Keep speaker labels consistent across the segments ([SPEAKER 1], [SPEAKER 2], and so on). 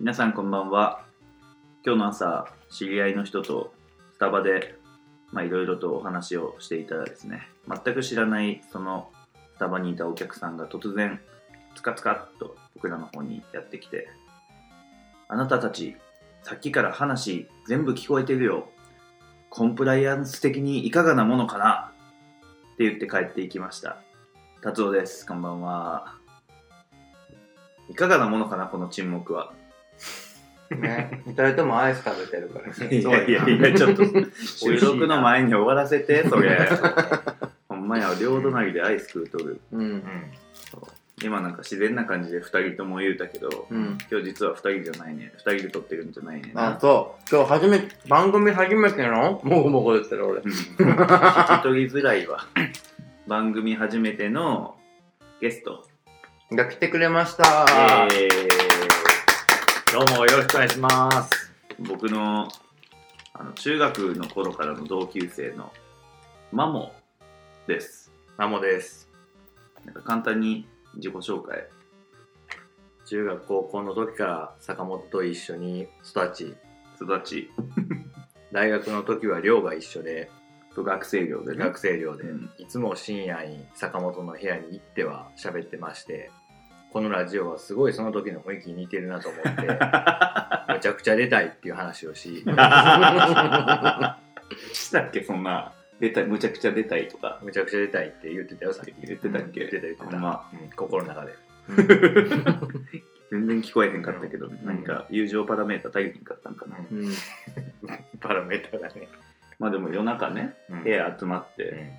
[SPEAKER 1] 皆さんこんばんは今日の朝知り合いの人とスタバでまあいろいろとお話をしていたらですね全く知らないそのスタバにいたお客さんが突然つかつかっと僕らの方にやってきてあなたたちさっきから話全部聞こえてるよコンプライアンス的にいかがなものかなって言って帰っていきました達夫ですこんばんはいかがなものかなこの沈黙は
[SPEAKER 2] ね、二人ともアイス食べてるから ね。
[SPEAKER 1] いやいやいや、ちょっと、収録の前に終わらせて、そ れ。ほんまや、両隣でアイス食うとる。
[SPEAKER 2] う。
[SPEAKER 3] うんん。
[SPEAKER 1] 今なんか自然な感じで2人とも言うたけど、
[SPEAKER 2] うん。
[SPEAKER 1] 今日実は2人じゃないね。2人で撮ってるんじゃないねん
[SPEAKER 2] あ
[SPEAKER 1] な。、
[SPEAKER 2] そう。今日初め、番組初めてのもごもご言ってる俺。
[SPEAKER 1] うん聞き取りづらい わ。番組初めてのゲスト。
[SPEAKER 2] が来てくれました。
[SPEAKER 1] イエーイどうもよろしくお願いします。僕のあの中学の頃からの同級生のマモです。
[SPEAKER 3] マモです。
[SPEAKER 1] なんか簡単に自己紹介。
[SPEAKER 3] 中学高校の時から坂本と一緒に育ち、
[SPEAKER 1] 育ち、
[SPEAKER 3] 大学の時は寮が一緒で、
[SPEAKER 1] と学生寮でね。
[SPEAKER 3] 学生寮で、
[SPEAKER 1] うん
[SPEAKER 3] いつも深夜に坂本の部屋に行っては喋ってまして、このラジオはすごいその時の雰囲気に似てるなと思って、めちゃくちゃ出たいっていう話をし、
[SPEAKER 1] したっけそんな、出たい、むちゃくちゃ出たいとか。
[SPEAKER 3] めちゃくちゃ出たいって言ってたよ、さっき。
[SPEAKER 1] 言ってたっけ
[SPEAKER 3] 言ってた言って
[SPEAKER 1] ほ
[SPEAKER 3] た。
[SPEAKER 1] んま
[SPEAKER 3] うん心の中で。
[SPEAKER 1] 全然聞こえへんかったけど、何か友情パラメータ足りへんかったんかな。
[SPEAKER 3] うん
[SPEAKER 2] うん。
[SPEAKER 3] パラメーターがね。
[SPEAKER 1] まあでも夜中ね、
[SPEAKER 3] うん
[SPEAKER 1] 部屋集まっ
[SPEAKER 3] う
[SPEAKER 1] て、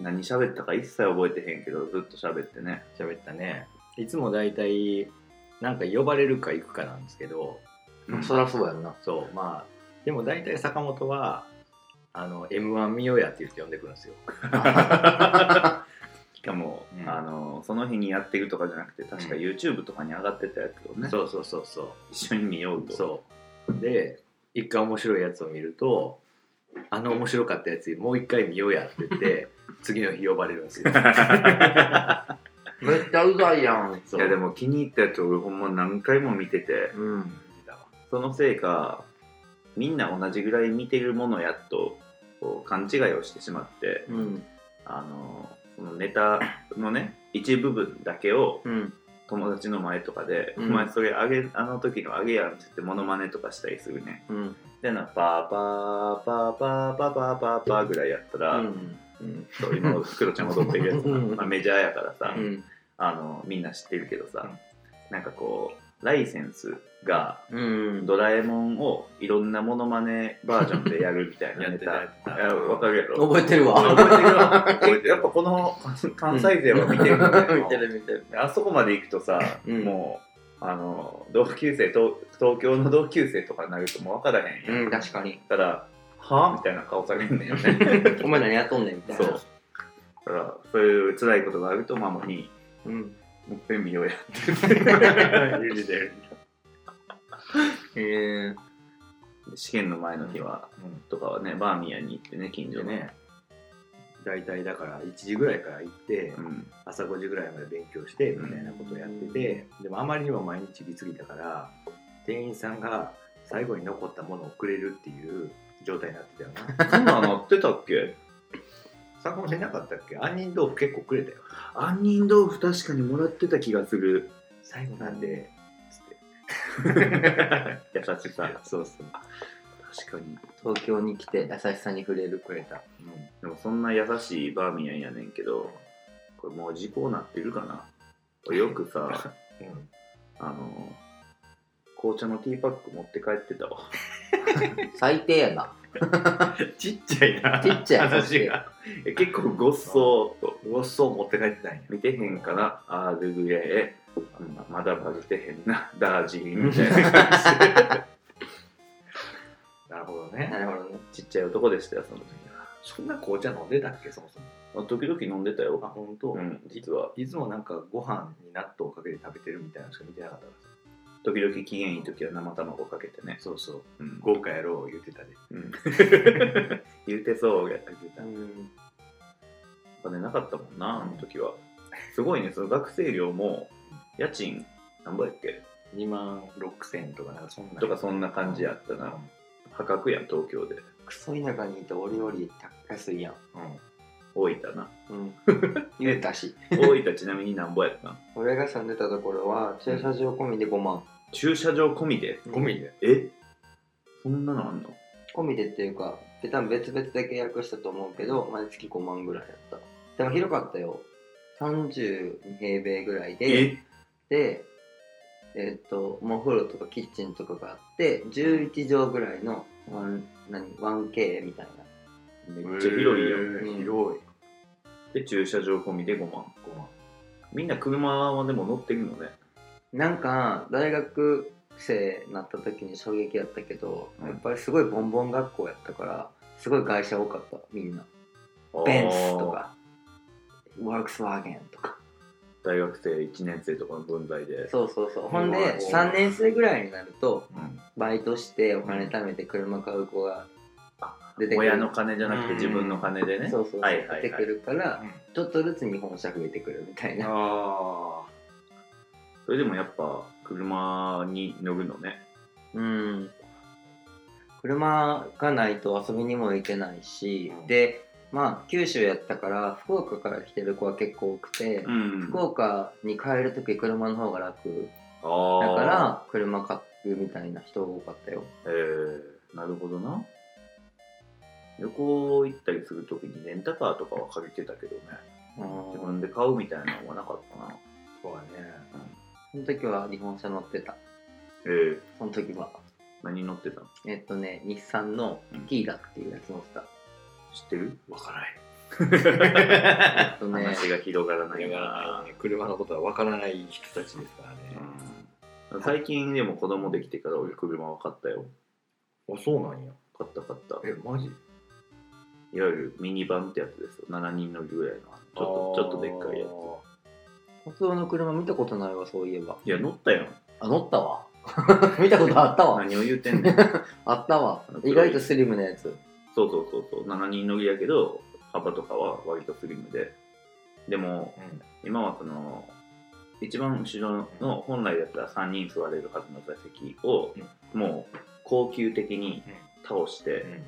[SPEAKER 3] ん
[SPEAKER 1] 何喋ったか一切覚えてへんけど、ずっと喋ってね。
[SPEAKER 3] 喋ったねいつも大体なんか呼ばれるか行くかなんですけど
[SPEAKER 1] うん
[SPEAKER 2] そりゃ そうやんな。
[SPEAKER 3] そうまあでも大体坂本は「あの m 1見ようや」って言って呼んでくるんですよ
[SPEAKER 1] しかも、
[SPEAKER 3] うん
[SPEAKER 1] あのその日にやってるとかじゃなくて確か
[SPEAKER 3] うん
[SPEAKER 1] YouTube とかに上がってたやつをね、
[SPEAKER 3] そうそうそうそ
[SPEAKER 1] 一緒に見よう
[SPEAKER 3] う
[SPEAKER 1] と
[SPEAKER 3] そうで一回面白いやつを見ると「あの面白かったやつもう一回見ようや」って言って次の日呼ばれるんですよ
[SPEAKER 2] めっちゃうざいやん。
[SPEAKER 3] そう
[SPEAKER 1] いやでも気に入ったやつ俺ほんま何回も見てて
[SPEAKER 2] うん。
[SPEAKER 1] そのせいかみんな同じぐらい見てるものやっとこう勘違いをしてしまって
[SPEAKER 2] うん。
[SPEAKER 1] あのそのネタのね一部分だけを
[SPEAKER 2] うん。
[SPEAKER 1] 友達の前とかで「
[SPEAKER 2] うん
[SPEAKER 1] お前それあげあの時のあげやん」って言ってモノマネとかしたりするね
[SPEAKER 2] うん。
[SPEAKER 1] でなパーパーパーパーパーパーパーパーぐらいやった
[SPEAKER 2] う
[SPEAKER 1] ら、
[SPEAKER 2] ん。うん。
[SPEAKER 1] そう今クロちゃん踊ってるやつな、
[SPEAKER 2] うん
[SPEAKER 1] まあ、メジャーやからさ、
[SPEAKER 2] うん。
[SPEAKER 1] あのみんな知ってるけどさ、
[SPEAKER 3] うん
[SPEAKER 1] なんかこうライセンスが
[SPEAKER 2] うん。
[SPEAKER 1] ドラえもんをいろんなモノマネバージョンでやるみたいなネタ
[SPEAKER 3] やってたやって
[SPEAKER 1] い
[SPEAKER 3] た
[SPEAKER 1] やわかるやろ
[SPEAKER 2] 覚えてるわ。
[SPEAKER 1] 覚えてるわ
[SPEAKER 3] 覚えてる
[SPEAKER 1] やっぱこの関西勢は見てるよね、
[SPEAKER 2] 見てる見てる。
[SPEAKER 1] あそこまで行くとさ、
[SPEAKER 2] うん
[SPEAKER 1] もうあの同級生東東京の同級生とかになるともう分からへんやん、
[SPEAKER 2] うん、確かに。
[SPEAKER 1] だから「はあ?」みたいな顔されるんだよね
[SPEAKER 2] お前何やっとんねんみたい
[SPEAKER 1] そ
[SPEAKER 2] な。
[SPEAKER 1] うだ。からそういう辛いことがあるとママに
[SPEAKER 2] うん。
[SPEAKER 1] 「もう一遍見ようや」
[SPEAKER 3] 言ってる
[SPEAKER 2] へえ。
[SPEAKER 1] 試験の前の日は、
[SPEAKER 3] うん
[SPEAKER 1] とかはねバーミヤンに行ってね近所
[SPEAKER 3] で
[SPEAKER 1] の
[SPEAKER 3] ね大体だから1時ぐらいから行って、
[SPEAKER 1] うん
[SPEAKER 3] 朝5時ぐらいまで勉強してみたいなことをやってて、でもあまりにも毎日行き過ぎたから店員さんが最後に残ったものをくれるっていう状態になってた よな
[SPEAKER 1] そんなんなってたっけ
[SPEAKER 3] 坂本さんいなかったっけ杏仁豆腐結構くれたよ
[SPEAKER 1] 杏仁豆腐確かにもらってた気がする
[SPEAKER 3] 最後なんでつって
[SPEAKER 1] 優しさ
[SPEAKER 3] そうそう、
[SPEAKER 1] 確かに
[SPEAKER 2] 東京に来て優しさに触れるくれた。
[SPEAKER 1] でもそんな優しいバーミヤンやねんけどこれもう時効なってるかな俺よく さ
[SPEAKER 3] うんうん、
[SPEAKER 1] あの紅茶のティーパック持って帰ってたわ
[SPEAKER 2] 最低やな。
[SPEAKER 3] ちっちゃいな
[SPEAKER 2] ちっちゃい
[SPEAKER 3] 話が
[SPEAKER 1] え結構ごっそーと
[SPEAKER 3] うわそう持って帰ってたんや
[SPEAKER 1] 見てへんかなアールグレー、うんまだバレてへんなダージリンみたいな感じ で
[SPEAKER 3] なるほどね
[SPEAKER 2] なるほどね。
[SPEAKER 1] ちっちゃい男でしたよ、その時
[SPEAKER 3] そんな紅茶飲んでたっけそもそも
[SPEAKER 1] は。あ時々飲んでた
[SPEAKER 3] あ
[SPEAKER 1] よ。
[SPEAKER 3] 本当、
[SPEAKER 1] うん、実はい
[SPEAKER 3] つもなんかご飯に納豆をかけて食べてるみたいなのしか見てなかったからさ
[SPEAKER 1] 時々機嫌いい時は生卵かけてね。
[SPEAKER 3] そうそう
[SPEAKER 1] うん。
[SPEAKER 3] 豪華やろう言ってたで
[SPEAKER 1] うん 言うてそうやったけど
[SPEAKER 2] うん。
[SPEAKER 1] お金なかったもんな、あの時は。すごいね、その学生寮も、家賃、なんぼやっけ
[SPEAKER 3] 2万6000とかなんかそんな
[SPEAKER 1] とかそんな感じやったな破格やん東京で
[SPEAKER 2] クソ田舎にいて俺より高安いやん。
[SPEAKER 3] うん
[SPEAKER 1] 大分な
[SPEAKER 2] うん。 言えたし。
[SPEAKER 1] 大分ちなみになんぼやったん
[SPEAKER 2] 俺が住んでたところは駐車場込みで5万。
[SPEAKER 1] 駐車場込みで
[SPEAKER 3] ゴミで
[SPEAKER 1] えそんなのあんの
[SPEAKER 2] 込みでっていうか、で多分別々で契約したと思うけど、毎月5万ぐらいだった。でも広かったよ。32平米ぐらいで、
[SPEAKER 1] え
[SPEAKER 2] で、えっと、もうお風呂とかキッチンとかがあって、11畳ぐらいのワン、何、1K みたいな。
[SPEAKER 1] めっちゃ広いよ、
[SPEAKER 3] へー
[SPEAKER 2] うん
[SPEAKER 3] 広い
[SPEAKER 1] で駐車場込みで5万
[SPEAKER 3] 5万
[SPEAKER 1] みんな車はでも乗ってるのね
[SPEAKER 2] なんか大学生になった時に衝撃やったけど、
[SPEAKER 1] うん
[SPEAKER 2] やっぱりすごいボンボン学校やったからすごい会社多かったみんなベ
[SPEAKER 1] ベ
[SPEAKER 2] ンツとかワークスワーゲンとか
[SPEAKER 1] 大学生1年生とかの分際で
[SPEAKER 2] そうそうそうほん
[SPEAKER 1] うわ
[SPEAKER 2] で3年生ぐらいになると
[SPEAKER 1] うん
[SPEAKER 2] バイトしてお金貯めて車買う子が出てくる
[SPEAKER 1] 親の金じゃなくて自分の金でね
[SPEAKER 2] そうそうそう、
[SPEAKER 1] はいはいはい
[SPEAKER 2] 出てくるから
[SPEAKER 3] うん
[SPEAKER 2] ちょっとずつ日本車増えてくるみたいな
[SPEAKER 3] あ
[SPEAKER 1] それでもやっぱ車に乗るのね
[SPEAKER 2] うん、車がないと遊びにも行けないし、
[SPEAKER 3] うん
[SPEAKER 2] でまあ九州やったから福岡から来てる子は結構多くて、
[SPEAKER 1] うん
[SPEAKER 2] 福岡に帰る時車の方が楽
[SPEAKER 1] あ
[SPEAKER 2] だ
[SPEAKER 1] あ
[SPEAKER 2] から車買うみたいな人多かったよ
[SPEAKER 1] えー、なるほどな旅行行ったりするときにレンタカーとかは借りてたけどね自分で買うみたいなのはなかったな
[SPEAKER 3] あそうだね
[SPEAKER 2] その時は日本車乗ってた
[SPEAKER 1] えー、
[SPEAKER 2] その時は
[SPEAKER 1] 何乗ってたの
[SPEAKER 2] えっとね日産のティーダっていうやつ乗ってた、
[SPEAKER 1] 知ってる
[SPEAKER 3] わからない
[SPEAKER 2] えっとね
[SPEAKER 1] 話が広がらないな
[SPEAKER 3] 車のことはわからない人たちですからね
[SPEAKER 1] うん最近でも子供できてから俺車は買ったよ
[SPEAKER 3] あそうなんや
[SPEAKER 1] 買った買った
[SPEAKER 3] えマジ
[SPEAKER 1] いわゆるミニバンってやつですよ7人乗りぐらいのちょっとちょっとでっかいや
[SPEAKER 2] 鉄道の車見たことないわそういえば
[SPEAKER 1] ついや乗ったやん
[SPEAKER 2] あ乗ったわ 見たことあったわ
[SPEAKER 1] 何を言うてんね んそう
[SPEAKER 2] あったわ
[SPEAKER 1] あの。黒い
[SPEAKER 2] 意外とスリムなやつ。
[SPEAKER 1] そうそうそう7人乗りやけど幅とかは割とスリムででも
[SPEAKER 3] や
[SPEAKER 1] 今はその一番後ろの本来だったら3人座れるはずの座席をもう高級的に倒し
[SPEAKER 3] つ
[SPEAKER 1] て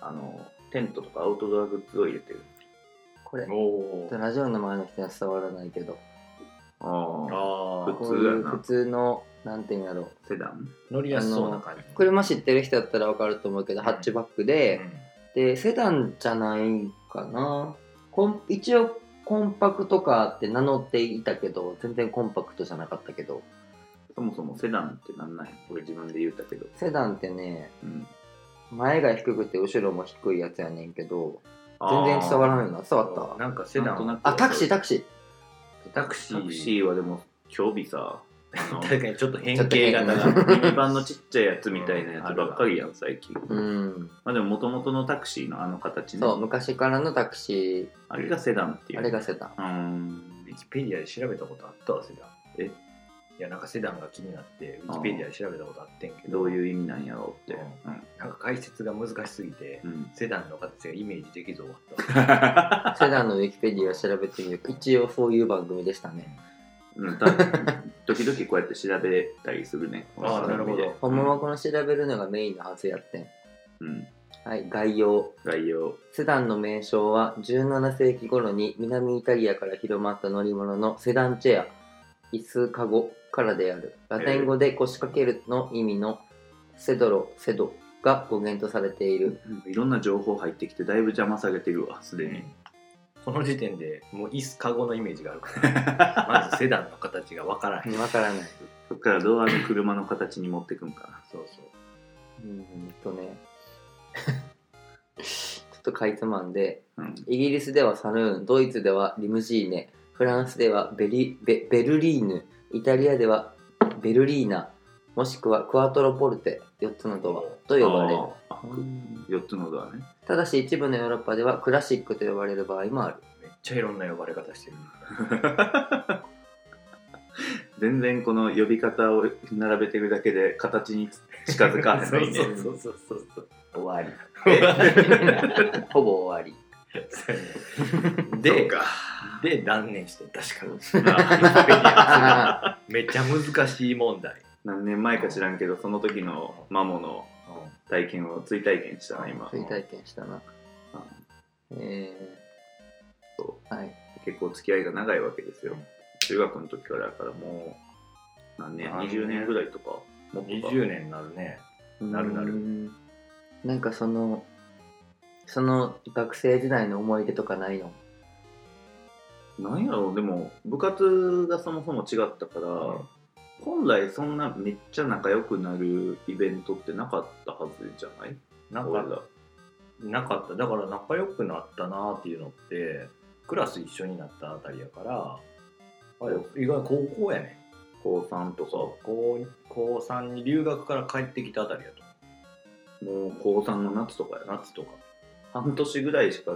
[SPEAKER 1] あのテントとかアウトドアグッズを入れてる
[SPEAKER 2] これ
[SPEAKER 3] うん、おー
[SPEAKER 2] ラジオの前の人には伝わらないけど、
[SPEAKER 1] ああ
[SPEAKER 3] あー
[SPEAKER 1] 普
[SPEAKER 2] こ
[SPEAKER 1] 通
[SPEAKER 2] う
[SPEAKER 1] や
[SPEAKER 2] い
[SPEAKER 1] な
[SPEAKER 2] う普通の、なんていうんだろう。
[SPEAKER 1] セダン
[SPEAKER 3] 乗りやすそうな感じ
[SPEAKER 2] 車知ってる人だったらわかると思うけど、ハッチバックで、で、セダンじゃないかな。コン一応、コンパクトカーって名乗っていたけど、全然コンパクトじゃなかったけど、
[SPEAKER 1] そもそもセダンってなんない俺自分で言うたけど、
[SPEAKER 2] セダンってね、
[SPEAKER 1] うん、
[SPEAKER 2] 前が低くて後ろも低いやつやねんけど、全
[SPEAKER 1] 全
[SPEAKER 2] 然伝わらないな。伝わったわ。
[SPEAKER 3] なんかセダ
[SPEAKER 1] なんとな
[SPEAKER 3] ン
[SPEAKER 1] く
[SPEAKER 2] あ、タクシー、タクシー。
[SPEAKER 3] タクシー
[SPEAKER 1] タクシーはでも興味さあの
[SPEAKER 3] 確かにちょっと変
[SPEAKER 2] ちょっと
[SPEAKER 3] 形
[SPEAKER 2] 変
[SPEAKER 3] 型
[SPEAKER 1] なんか
[SPEAKER 3] が
[SPEAKER 1] ミニバンのちっちゃいやつみたいなやつばっかりやん最近、
[SPEAKER 2] うん。
[SPEAKER 1] まあでももともとのタクシーのあの形ね
[SPEAKER 2] そう、昔からのタクシ
[SPEAKER 1] あれがセダンってい
[SPEAKER 2] ー、
[SPEAKER 1] う
[SPEAKER 2] あれがセダン。
[SPEAKER 1] うーん
[SPEAKER 3] ウィキペディアで調べたことあったわセダン
[SPEAKER 1] え
[SPEAKER 3] いやなんかセダンが気になってウィキペディアで調べたことあってんけど
[SPEAKER 1] どういう意味なんやろうって
[SPEAKER 3] なんか解説が難しすぎて
[SPEAKER 1] うん、 うん、
[SPEAKER 3] セダンの形がイメージできず終わっ た
[SPEAKER 2] セダンのウィキペディア調べてみる一応そういう番組でしたね。
[SPEAKER 1] うんた時々こうやって調べたりするね
[SPEAKER 3] あーなるほど
[SPEAKER 2] ほんまはこの調べるのがメインのはずやってん。
[SPEAKER 1] うん
[SPEAKER 2] はい、概要。
[SPEAKER 1] 概要
[SPEAKER 2] セダンの名称は17世紀頃に南イタリアから広まった乗り物のセダンチェア、椅子カゴからである。ラテン語で腰掛けるの意味のセドロ、セドが語源とされている。
[SPEAKER 1] うんいろんな情報入ってきてだいぶ邪魔されてるわすでに、
[SPEAKER 3] この時点でもう椅子カゴのイメージがあるからまずセダンの形がわからへん
[SPEAKER 2] わからない。
[SPEAKER 1] そっからどうあの車の形に持ってくんかな
[SPEAKER 3] そうそう
[SPEAKER 2] うーんとね。 ちょっとかいつまんで。
[SPEAKER 1] うん、
[SPEAKER 2] イギリスではサヌーンドイツではリムジーネフランスではベリベベルリーヌイタリアではベルリーナもしくはクワトロポルテ4つのドアと呼ばれる
[SPEAKER 1] あーあ4つのドアね
[SPEAKER 2] ただし一部のヨーロッパではクラシックと呼ばれる場合もある
[SPEAKER 3] めっちゃいろんな呼ばれ方してる
[SPEAKER 1] 全然この呼び方を並べてるだけで形に近づかないね
[SPEAKER 2] そう
[SPEAKER 3] そうそうそう
[SPEAKER 2] 終わ りほぼ終わ
[SPEAKER 3] で
[SPEAKER 1] か
[SPEAKER 3] で断念してん確かに
[SPEAKER 1] まあ
[SPEAKER 2] り
[SPEAKER 3] めっちゃ難しい問題
[SPEAKER 1] 何年前か知らんけどその時のマモの体験を追体験したな今
[SPEAKER 2] そういう体験したな
[SPEAKER 1] うん
[SPEAKER 2] え
[SPEAKER 1] そ
[SPEAKER 2] ー、はい
[SPEAKER 1] 結構付き合いが長いわけですよ中学の時からだからもう何年
[SPEAKER 3] 何年
[SPEAKER 1] 20年ぐらいとかもっとか
[SPEAKER 3] 20年になるねなるなる
[SPEAKER 2] るなんかそのその学生時代の思い出とかないの
[SPEAKER 1] なんやろうでも部活がそもそも違ったから、本来そんなめっちゃ仲良くなるイベントってなかったはずじゃない
[SPEAKER 3] なん
[SPEAKER 1] 俺
[SPEAKER 3] からなかっただから仲良くなったなっていうのってクラス一緒になったあたりやからあ意外に高校やね
[SPEAKER 1] 高3とか
[SPEAKER 3] 高高3に留学から帰ってきたあたりやと
[SPEAKER 1] もう高3の夏とかやな
[SPEAKER 3] 夏とか
[SPEAKER 1] 半年ぐらいしか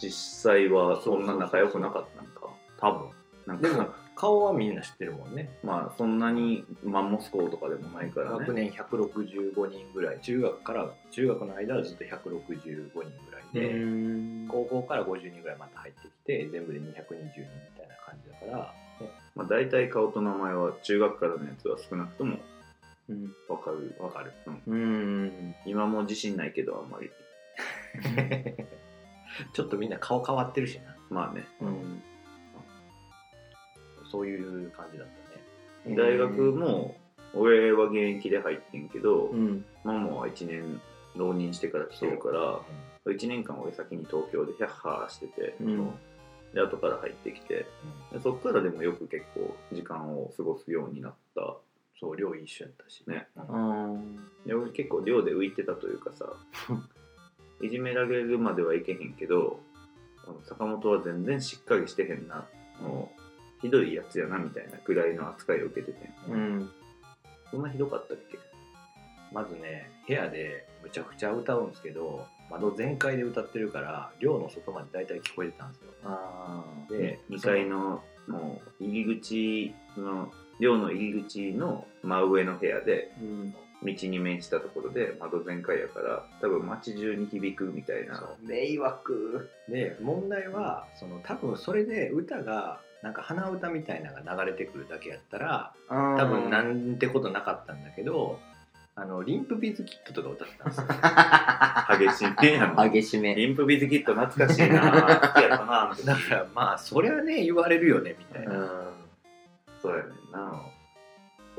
[SPEAKER 1] 実際はそんな仲良くなかったんか
[SPEAKER 3] 多分
[SPEAKER 1] なんか
[SPEAKER 3] でも顔はみんな知ってるもんね
[SPEAKER 1] まあそんなにマンモス校とかでもないから
[SPEAKER 3] 学
[SPEAKER 1] ね
[SPEAKER 3] 年165人ぐらい中学から中学の間はずっと165人ぐらいで、
[SPEAKER 2] ん
[SPEAKER 3] 高校から50人ぐらいまた入ってきて全部で220人みたいな感じだから、ね、
[SPEAKER 1] まあ、大体顔と名前は中学からのやつは少なくとも
[SPEAKER 2] うん
[SPEAKER 1] わかる
[SPEAKER 3] わかる
[SPEAKER 1] うん
[SPEAKER 2] うん
[SPEAKER 1] 今も自信ないけどあんまり
[SPEAKER 3] ちょっとみんな顔変わってるしな
[SPEAKER 1] まあね
[SPEAKER 2] うん
[SPEAKER 3] そういう感じだったね
[SPEAKER 1] 大学も俺は現役で入ってんけど、
[SPEAKER 2] うん
[SPEAKER 1] ママは1年浪人してから来てるから1年間俺先に東京でヒャッハーしてて、
[SPEAKER 2] うん
[SPEAKER 1] で後から入ってきてでそっからでもよく結構時間を過ごすようになった
[SPEAKER 3] そう寮一緒やったし
[SPEAKER 1] ね
[SPEAKER 3] うん
[SPEAKER 2] うん
[SPEAKER 1] で俺結構寮で浮いてたというかさいじめられるまではいけへんけどあの坂本は全然しっかりしてへんなもうひどいやつやなみたいなくらいの扱いを受けてて
[SPEAKER 2] うん
[SPEAKER 1] そんなひどかったっけ
[SPEAKER 3] まずね部屋でむちゃくちゃ歌うんですけど窓全開で歌ってるから寮の外まで大体聞こえてたんですよ
[SPEAKER 2] あー
[SPEAKER 3] で
[SPEAKER 1] 2階のもう入り口の寮の入り口の真上の部屋で
[SPEAKER 2] うん
[SPEAKER 1] 道に面したところで窓全開やから多分街中に響くみたいな
[SPEAKER 2] 迷惑
[SPEAKER 3] で問題はその多分それで歌がなんか鼻歌みたいなのが流れてくるだけやったら多
[SPEAKER 2] 多
[SPEAKER 3] 分なんてことなかったんだけどあのリンプビズキットとか歌ってたんですよ
[SPEAKER 1] 激しいねやん
[SPEAKER 2] 激しめ
[SPEAKER 1] リンプビズキット懐かしいな好きやったなあの時
[SPEAKER 3] だからまあそりゃね言われるよねみたいな、
[SPEAKER 1] そうやねんな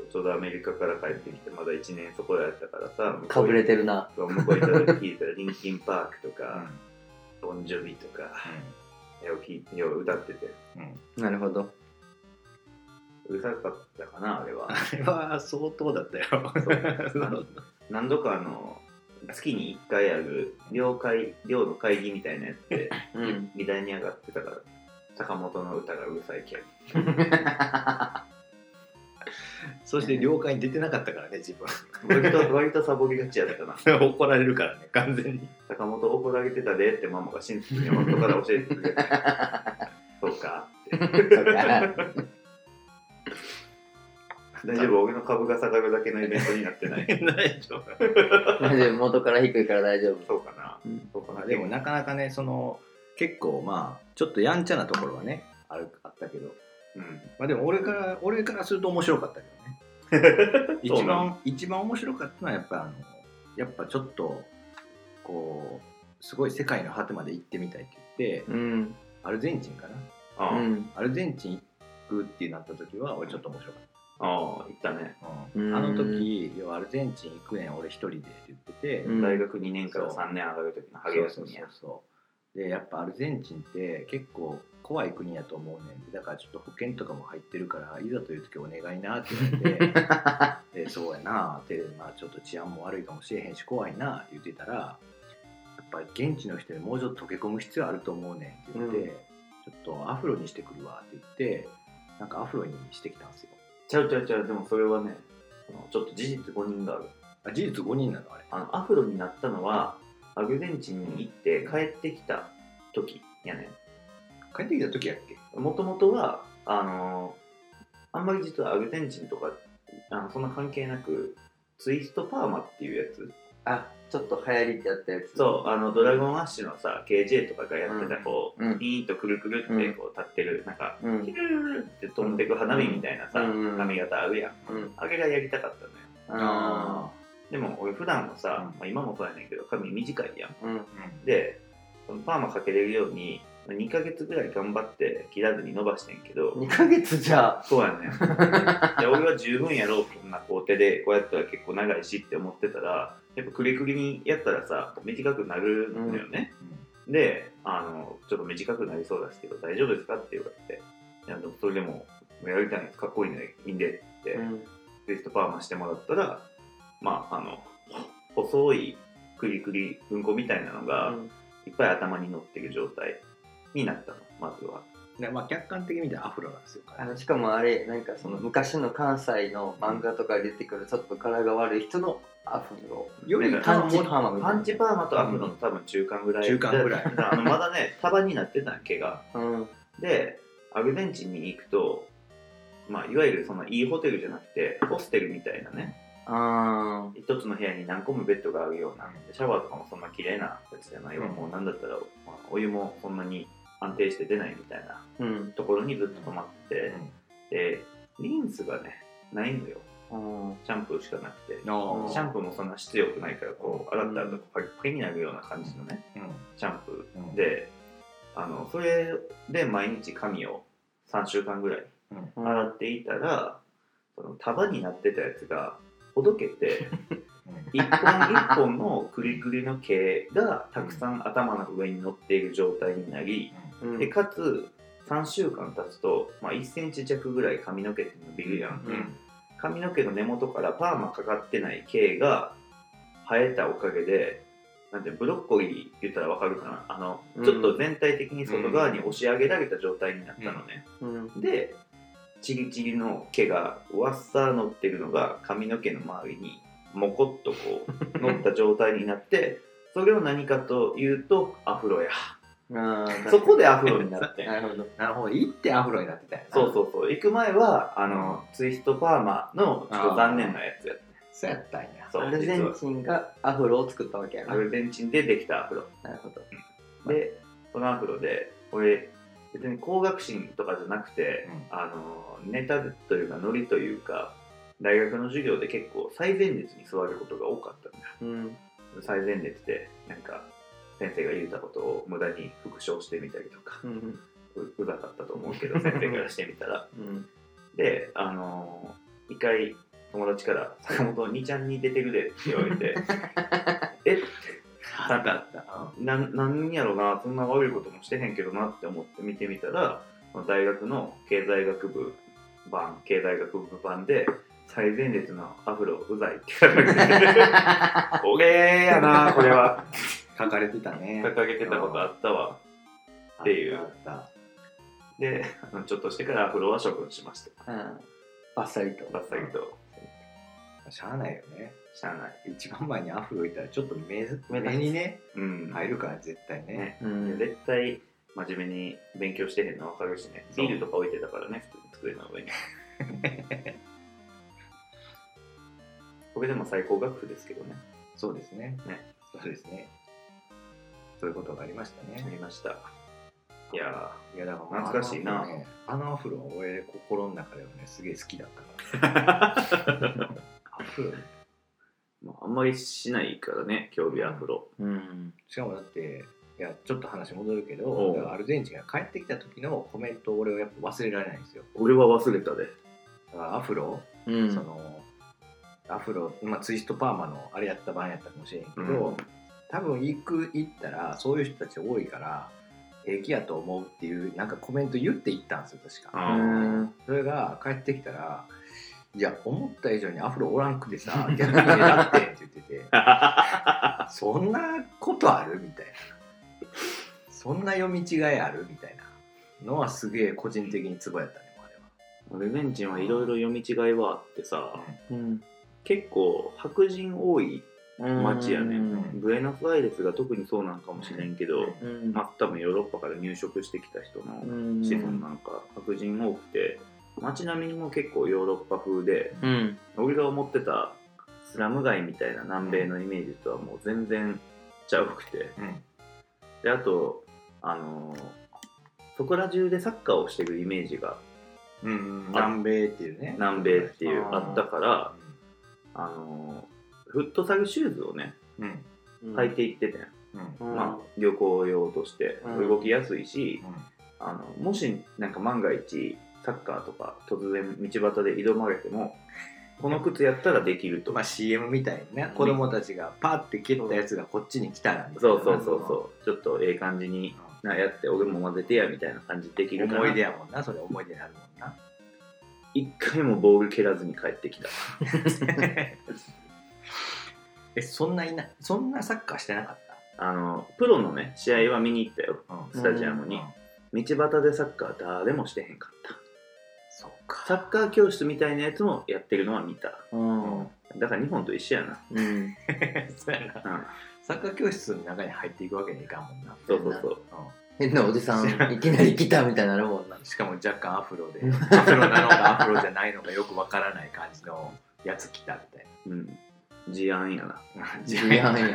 [SPEAKER 1] ちょうどアメリカから帰ってきてまだ1年そこらやったからさ向こ
[SPEAKER 2] か
[SPEAKER 1] う
[SPEAKER 2] ぶれてるな
[SPEAKER 1] そう向こう行った時聞いたらリンキンパークとか、ボンジョビとかよう聞いよう歌ってて
[SPEAKER 3] うんうん
[SPEAKER 2] なるほど
[SPEAKER 1] うるさかったかなあれは
[SPEAKER 3] あれは相当だったよ
[SPEAKER 1] そう何度かあの月に1回ある寮会寮の会議みたいなやつで
[SPEAKER 2] うん
[SPEAKER 1] 議題に上がってたから坂本の歌がうるさいけ
[SPEAKER 3] そして了解に出てなかったからね自分
[SPEAKER 1] 割と割とサボりがちやったな
[SPEAKER 3] 怒られるからね完全に
[SPEAKER 1] 坂本怒られてたでってママが親切に夫から教えてく れてそうかって
[SPEAKER 2] そうか
[SPEAKER 1] 大丈夫俺の株が下がるだけのイベントになってない
[SPEAKER 3] 大丈夫
[SPEAKER 2] 大丈夫元から低いから大丈夫
[SPEAKER 1] そうかな
[SPEAKER 2] うん
[SPEAKER 1] そうか
[SPEAKER 3] ま
[SPEAKER 1] な
[SPEAKER 3] あ、でもなかなかねその結構まあちょっとやんちゃなところはねあるあったけど、
[SPEAKER 1] うん
[SPEAKER 3] まあ、でも俺から俺からすると面白かったけ どね
[SPEAKER 1] そう
[SPEAKER 3] 一
[SPEAKER 1] な
[SPEAKER 3] 番一番面白かったのはやっぱあのやっぱちょっとこうすごい世界の果てまで行ってみたいって言って
[SPEAKER 2] うん
[SPEAKER 3] アルゼンチンかな
[SPEAKER 1] ああ、
[SPEAKER 2] うん
[SPEAKER 3] アルゼンチン行くってなった時は俺ちょっと面白かっ
[SPEAKER 1] ああ行ったね
[SPEAKER 3] た、
[SPEAKER 2] うん
[SPEAKER 3] あの時要はアルゼンチン行くねん俺一人でって言ってて、
[SPEAKER 2] うん
[SPEAKER 1] 大学2年から3年上がる時の
[SPEAKER 3] そう
[SPEAKER 1] ハゲ休
[SPEAKER 3] そう
[SPEAKER 1] みや
[SPEAKER 3] そうでやっぱアルゼンチンって結構怖い国やと思うねんだからちょっと保険とかも入ってるからいざという時お願いなって言わ れてでそうやなって、まあ、ちょっと治安も悪いかもしれへんし怖いなって言ってたらやっぱり現地の人にもうちょっと溶け込む必要あると思うねんって言って、
[SPEAKER 2] うん
[SPEAKER 3] ちょっとアフロにしてくるわって言ってなんかアフロにしてきたんですよ
[SPEAKER 1] ちゃうちゃうちゃうでもそれはねあのちょっと事実誤認がある
[SPEAKER 3] あ事実5人なのあれ
[SPEAKER 1] あのアフロになったのはアルゼンチンに行って帰ってきた時やね
[SPEAKER 3] 帰ってきた時やっけ
[SPEAKER 1] もともとはあのーあんまり実はアルゼンチンとかあのそんな関係なくツイストパーマっていうやつ
[SPEAKER 2] あちょっと流行りってやったやつ
[SPEAKER 1] そう、あの、ドラゴンアッシュのさ、KJ とかがやってた、
[SPEAKER 2] うん
[SPEAKER 1] こ
[SPEAKER 2] うん
[SPEAKER 1] う、ピーンとくるくるってこう立ってる、なんか、
[SPEAKER 2] うん
[SPEAKER 1] キュルルルって飛んでく花火みたいなさ、
[SPEAKER 2] うん
[SPEAKER 1] 髪型あるやん。
[SPEAKER 2] うん
[SPEAKER 1] あれがやりたかったのよ。
[SPEAKER 2] あ
[SPEAKER 1] でも、俺普段もさ、
[SPEAKER 3] うん
[SPEAKER 1] まあ、今もそうやねんけど、髪短いやん。
[SPEAKER 2] ーうん
[SPEAKER 1] で、そのパーマかけれるように、2ヶ月ぐらい頑張って切らずに伸ばしてんけど、
[SPEAKER 2] 2ヶ月じゃ
[SPEAKER 1] そうやねんで俺は十分やろうこんな工程でこうやったら結構長いしって思ってたらやっぱくりくりにやったらさ短くなるんだよね、であのちょっと短くなりそうですけど大丈夫ですかって言われていやでもそれでもやりたいんですかっこいいのでいいんでって言って、
[SPEAKER 2] うん
[SPEAKER 1] ツイストパーマしてもらったらまああのほ細いくりくりうんこみたいなのがいっぱい頭に乗ってる状態になったのまずは
[SPEAKER 3] でまあ客観的に見たらアフロなんですよ。
[SPEAKER 2] あのしかもあれなんかその昔の関西の漫画とかで出てくるちょっと柄が悪い人のアフロ
[SPEAKER 3] より
[SPEAKER 1] なんか
[SPEAKER 2] パンチパーマみたいな
[SPEAKER 1] パンチパーマとアフロの多分中間ぐらい、
[SPEAKER 3] 中間ぐらい
[SPEAKER 1] で あのまだね束になってた毛が
[SPEAKER 2] うん
[SPEAKER 1] でアルゼンチンに行くと、まあ、いわゆるそのいいホテルじゃなくてホステルみたいなね
[SPEAKER 2] あ
[SPEAKER 1] 一つの部屋に何個もベッドがあるようなシャワーとかもそんな綺麗なやつじゃないわ、
[SPEAKER 3] うん
[SPEAKER 1] もうなんだったら、まあお湯もそんなに安定して出ないみたいな
[SPEAKER 2] ーうん
[SPEAKER 1] ところにずっと泊まってて、でリンスがねないのよ
[SPEAKER 2] うん
[SPEAKER 1] シャンプーしかなくて
[SPEAKER 3] の
[SPEAKER 1] シャンプーもそんな質良くないからこう洗った後パリパリになるような感じのねシャンプーであのそれで毎日髪を3週間ぐらい洗っていたらその束になってたやつがほどけて一本一本のくりくりの毛がたくさん頭の上に乗っている状態になり
[SPEAKER 2] うん
[SPEAKER 1] でかつ3週間経つと、まあ、1センチ弱ぐらい髪の毛って伸びるやん、
[SPEAKER 2] うん
[SPEAKER 1] 髪の毛の根元からパーマかかってない毛が生えたおかげでなんていうのブロッコリー言ったらわかるかなあの、
[SPEAKER 2] うん
[SPEAKER 1] ちょっと全体的に外側に押し上げられた状態になったのね、
[SPEAKER 2] うん
[SPEAKER 1] でチリチリの毛がわっさー乗ってるのが髪の毛の周りにモコッとこう乗った状態になって それを何かというとアフロや
[SPEAKER 2] あー
[SPEAKER 1] そこでアフロにな って
[SPEAKER 2] なるほど
[SPEAKER 3] なるほど、行ってアフロになってたよな
[SPEAKER 1] そうそうそう行く前はあのツイストパーマのちょっと残念なやつやっ
[SPEAKER 3] そうやったんや
[SPEAKER 1] た。そ
[SPEAKER 2] ア
[SPEAKER 1] う
[SPEAKER 2] ルゼ
[SPEAKER 1] 実
[SPEAKER 2] ン
[SPEAKER 1] は
[SPEAKER 2] チンがアフロを作ったわけやな
[SPEAKER 1] アルゼンチンでできたアフロ
[SPEAKER 2] なるほど
[SPEAKER 1] でそのアフロで俺別に高学心とかじゃなくて、あのネタというかノリというか大学の授業で結構最前列に座ることが多かったんだ
[SPEAKER 2] うん
[SPEAKER 1] 最前列でなんか先生が言ったことを無駄に復唱してみたりとか
[SPEAKER 2] うん
[SPEAKER 1] ううざかったと思うけど先生からしてみたら
[SPEAKER 2] うん
[SPEAKER 1] であのー一回友達から「坂本2ちゃんに出てくれ」って言われて「えっ?」なんかなんなんやろなそんな悪いこともしてへんけどなって思って見てみたら大学の経済学部版経済学部版で最前列のアフロうざいって書かれてておげーやなこれは
[SPEAKER 3] 書かれてたね。
[SPEAKER 1] 掲げてたことあったわっていう
[SPEAKER 3] あった。
[SPEAKER 1] であのちょっとしてからアフロは処分しました
[SPEAKER 2] うんバッサリと
[SPEAKER 1] バッサリと
[SPEAKER 3] しゃあないよね。
[SPEAKER 1] しゃあない
[SPEAKER 3] 一番前にアフロいたらちょっと目
[SPEAKER 2] 目
[SPEAKER 3] 目
[SPEAKER 2] 立つ
[SPEAKER 3] にね、
[SPEAKER 1] うん、
[SPEAKER 3] 入るから絶対ね。
[SPEAKER 1] ね
[SPEAKER 2] うん
[SPEAKER 1] 絶対真面目に勉強してへんの分かるしね
[SPEAKER 3] そう
[SPEAKER 1] ビールとか置いてたからね普通に机の上にこれでも最高学府ですけどね
[SPEAKER 3] そうですね
[SPEAKER 1] ね。
[SPEAKER 3] そうですね。そういうことがありました
[SPEAKER 1] や
[SPEAKER 3] ね。
[SPEAKER 1] りましたいや
[SPEAKER 3] いやだから
[SPEAKER 1] 懐かしいな
[SPEAKER 3] あのアフロは俺心の中ではねすげえ好きだった からアフロ
[SPEAKER 1] ー、まあ、あんまりしないからね興味アフロ
[SPEAKER 2] うん
[SPEAKER 3] しかもだっていやちょっと話戻るけ
[SPEAKER 1] お
[SPEAKER 3] ど
[SPEAKER 1] う
[SPEAKER 3] だからアルゼンチンが帰ってきた時のコメントを俺はやっぱ忘れられないんですよ
[SPEAKER 1] 俺は忘れたで
[SPEAKER 3] だからアフロ、
[SPEAKER 2] うん
[SPEAKER 3] そのアフロ、まあ、ツイストパーマのあれやった番やったかもしれんけど、
[SPEAKER 1] うん
[SPEAKER 3] 多分行く行ったらそういう人たち多いから平気やと思うっていうなんかコメント言って行ったんですよ確か、
[SPEAKER 1] あー
[SPEAKER 2] うん
[SPEAKER 3] それが帰ってきたらいや思った以上にアフロおらんくてさ逆に目立ってんって言っ ててそんなことあるみたいなそんな読み違いあるみたいなのはすげえ個人的にツボやったねあれは
[SPEAKER 1] アルゼンチンはいろいろ読み違いはあってさ、
[SPEAKER 2] うん
[SPEAKER 1] 結構白人多い街やね
[SPEAKER 2] うん
[SPEAKER 1] ブエノスアイレスが特にそうなんかもしれんけど、
[SPEAKER 2] うん
[SPEAKER 1] まあ、多分ヨーロッパから入植してきた人
[SPEAKER 2] う
[SPEAKER 1] の
[SPEAKER 2] ん
[SPEAKER 1] 子孫なんか白人多くて街並みも結構ヨーロッパ風で
[SPEAKER 2] うん
[SPEAKER 1] 俺が思ってたスラム街みたいな南米のイメージとはもう全然ちゃうくて
[SPEAKER 3] うん
[SPEAKER 1] であとあのーそこら中でサッカーをしてるイメージが
[SPEAKER 3] うん、南米っていうね
[SPEAKER 1] 南米っていう
[SPEAKER 3] うん
[SPEAKER 1] あったからあのーフットサルシューズをね
[SPEAKER 3] うん
[SPEAKER 1] 履いていってて、
[SPEAKER 3] うん
[SPEAKER 2] うん
[SPEAKER 1] まあ、旅行用として
[SPEAKER 2] うん
[SPEAKER 1] 動きやすいし、
[SPEAKER 3] うん
[SPEAKER 1] あのもしなんか万が一サッカーとか突然道端で挑まれてもこの靴やったらできると、
[SPEAKER 3] まあ CM みたいにね子供たちがパーって蹴ったやつがこっちに来たら
[SPEAKER 1] そうそうそうそうちょっとええ感じに
[SPEAKER 3] う
[SPEAKER 1] なやって俺も混ぜてやみたいな感じでき
[SPEAKER 3] ん
[SPEAKER 1] るから
[SPEAKER 3] 思い出やもんなそれ思い出になるもんな
[SPEAKER 1] 一回もボール蹴らずに帰ってきた
[SPEAKER 3] えそんないなそんなサッカーしてなかっ
[SPEAKER 1] あのプロのね試合は見に行ったよ
[SPEAKER 3] た、うん
[SPEAKER 1] スタジアムに
[SPEAKER 3] うん
[SPEAKER 1] 道端でサッカー誰もしてへんかっ
[SPEAKER 3] そう
[SPEAKER 1] た
[SPEAKER 3] か
[SPEAKER 1] サッカー教室みたいなやつもやってるのは見た
[SPEAKER 2] うん
[SPEAKER 1] だから日本と一緒やな、
[SPEAKER 2] うん
[SPEAKER 3] そうやな
[SPEAKER 1] うん、
[SPEAKER 3] サッカー教室の中に入っていくわけにはいかんもんな、
[SPEAKER 1] そうそうそう
[SPEAKER 2] 変なおじさんいきなり来たみたいになるもんな
[SPEAKER 3] うんしかも若干アフロでアフロなのかアフロじゃないのかよくわからない感じのやつ来たみたい
[SPEAKER 1] うん事案やな
[SPEAKER 3] な
[SPEAKER 2] 自分やんや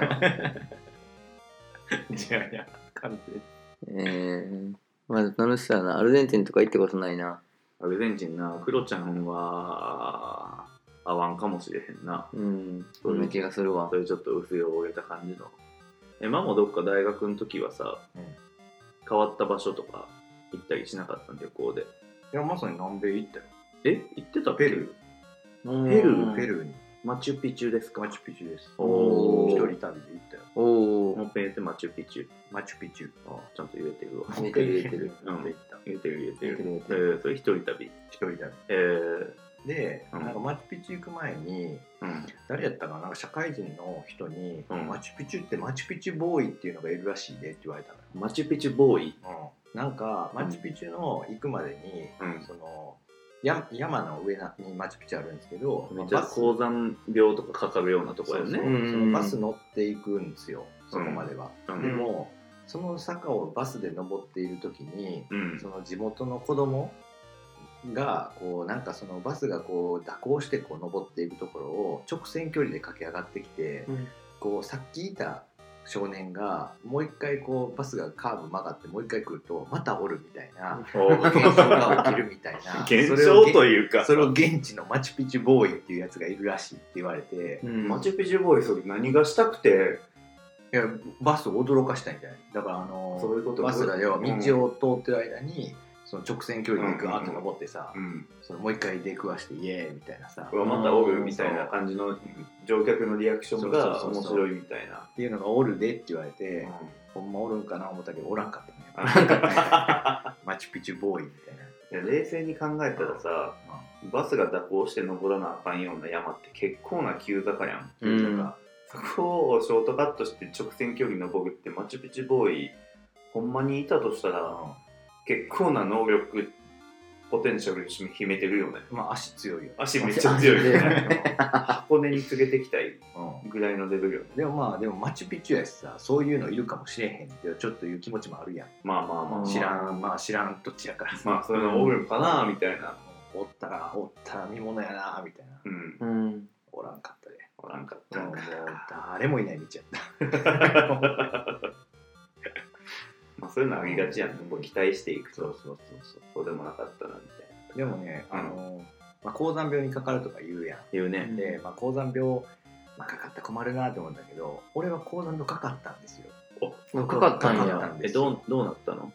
[SPEAKER 3] じゃあいや完全に
[SPEAKER 2] えー、まあ楽しそうやなアルゼンチンとか行ったことないな
[SPEAKER 1] アルゼンチンなクロちゃんは合わんかもしれへんな
[SPEAKER 2] うんそんな気がするわ
[SPEAKER 1] そういうちょっと薄い汚れた感じのえママどっか大学の時はさ、
[SPEAKER 3] うん
[SPEAKER 1] 変わった場所とか行ったりしなかったん旅行で
[SPEAKER 3] いやまさに南米行ったよ
[SPEAKER 1] え行ってたっけ
[SPEAKER 3] ペル
[SPEAKER 2] うん
[SPEAKER 1] ペル
[SPEAKER 3] ーペルーに
[SPEAKER 1] マチュピチュですか
[SPEAKER 3] マチュピチュです
[SPEAKER 1] お
[SPEAKER 2] ー
[SPEAKER 3] 一人旅で行ったよ
[SPEAKER 2] お
[SPEAKER 1] も
[SPEAKER 2] お
[SPEAKER 1] っぺん言ってマチュピチュ
[SPEAKER 3] マチュピチュ
[SPEAKER 1] あちゃんと言えてるわ
[SPEAKER 2] 言えてる言えてる
[SPEAKER 1] うん
[SPEAKER 3] 行った
[SPEAKER 1] 言えてる言えて
[SPEAKER 2] 言
[SPEAKER 1] る
[SPEAKER 2] え
[SPEAKER 1] え
[SPEAKER 2] てる
[SPEAKER 1] ー、それ一人旅
[SPEAKER 3] 一人旅
[SPEAKER 1] えー、
[SPEAKER 3] で、
[SPEAKER 1] うん
[SPEAKER 3] なんかマチュピチュ行く前に
[SPEAKER 1] うん
[SPEAKER 3] 誰やったかななんか社会人の人に、
[SPEAKER 1] うん
[SPEAKER 3] マチュピチュってマチュピチュボーイっていうのがいるらしいでって言われたの
[SPEAKER 1] マチュピチュボーイ
[SPEAKER 3] よ、なんかマチュピチュの行くまでに、
[SPEAKER 1] うん
[SPEAKER 3] そのや山の上なにマチュピチュあるんですけど
[SPEAKER 1] めっちゃ
[SPEAKER 3] バス
[SPEAKER 1] 高山病とかかかるようなとこや
[SPEAKER 3] そう
[SPEAKER 1] ね
[SPEAKER 3] そう
[SPEAKER 2] うんうんうん
[SPEAKER 3] そのバス乗っていくんですよそこまでは、
[SPEAKER 1] うん
[SPEAKER 3] でもその坂をバスで登っている時に
[SPEAKER 1] うん
[SPEAKER 3] その地元の子供がこうなんかそのバスがこう蛇行してこう登っていくところを直線距離で駆け上がってきて、
[SPEAKER 2] うん
[SPEAKER 3] こうさっきいた少年がもう一回こうバスがカーブ曲がってもう一回来るとまたおるみたいな
[SPEAKER 1] お
[SPEAKER 3] 現象が起きるみたいな
[SPEAKER 1] 現象と
[SPEAKER 3] いう
[SPEAKER 1] いうか
[SPEAKER 3] それを現地のマチュピチュボーイっていうやつがいるらしいって言われて、
[SPEAKER 2] う
[SPEAKER 3] い
[SPEAKER 2] ん
[SPEAKER 1] マチュピチュボーイそれ何がしたくて
[SPEAKER 3] やバスを驚かしたいんじゃないだからあの
[SPEAKER 1] そういうこと
[SPEAKER 3] バスが要は道を通ってる間に、その直線距離でガーッと登ってさ、
[SPEAKER 1] うん
[SPEAKER 3] そのもう一回出くわしてイエーイみたいなさ
[SPEAKER 1] うわまたおるみたいな感じの乗客のリアクションが
[SPEAKER 3] そうそう
[SPEAKER 1] 面
[SPEAKER 3] そうそ
[SPEAKER 1] 白
[SPEAKER 3] う
[SPEAKER 1] いみたいな
[SPEAKER 3] っていうのがおるでって言われて、ほんまおるんかな思ったけどおらんかったね マチュピチュボーイみたいな、
[SPEAKER 1] いや冷静に考えたらさバスが蛇行して登らなあかんような山って結構な急坂やん、
[SPEAKER 2] うん
[SPEAKER 1] そこをショートカットして直線距離登るってマチュピチュボーイほんまにいたとしたら結構な能力ポテンシャルに秘めてるよね
[SPEAKER 3] まあ足強いよ、
[SPEAKER 1] 足めっちゃ強いよ
[SPEAKER 2] 足
[SPEAKER 1] ね箱根に連れてきたいぐらいのレベルよね
[SPEAKER 3] でもまあでもマチュピチュやしさそういうのいるかもしれへんってちょっという気持ちもあるやん
[SPEAKER 1] まあまあまあ、
[SPEAKER 2] うん
[SPEAKER 3] 知らんまあ知らん土地やからさ、
[SPEAKER 1] まあそういうのおるんかなみたいな
[SPEAKER 3] おったらおったら見物やなみたいな
[SPEAKER 1] うん
[SPEAKER 2] うん
[SPEAKER 3] おらんかったで
[SPEAKER 1] おらんかっ
[SPEAKER 3] もう
[SPEAKER 1] た
[SPEAKER 3] 誰もいない道やった
[SPEAKER 1] まあそういうのありがちやん、ね、こう期待していく
[SPEAKER 3] そ
[SPEAKER 1] と
[SPEAKER 3] うそうそうそう
[SPEAKER 1] そうでもなかったなみたいな
[SPEAKER 3] でもね、あのまあ、高山病にかかるとか言うやん
[SPEAKER 1] 言うね
[SPEAKER 3] で、まあ、高山病、まあ、かかったら困るなって思うんだけど俺は高山病かかったんですよ
[SPEAKER 1] お
[SPEAKER 2] かかったんや
[SPEAKER 1] かかえどうどうなったの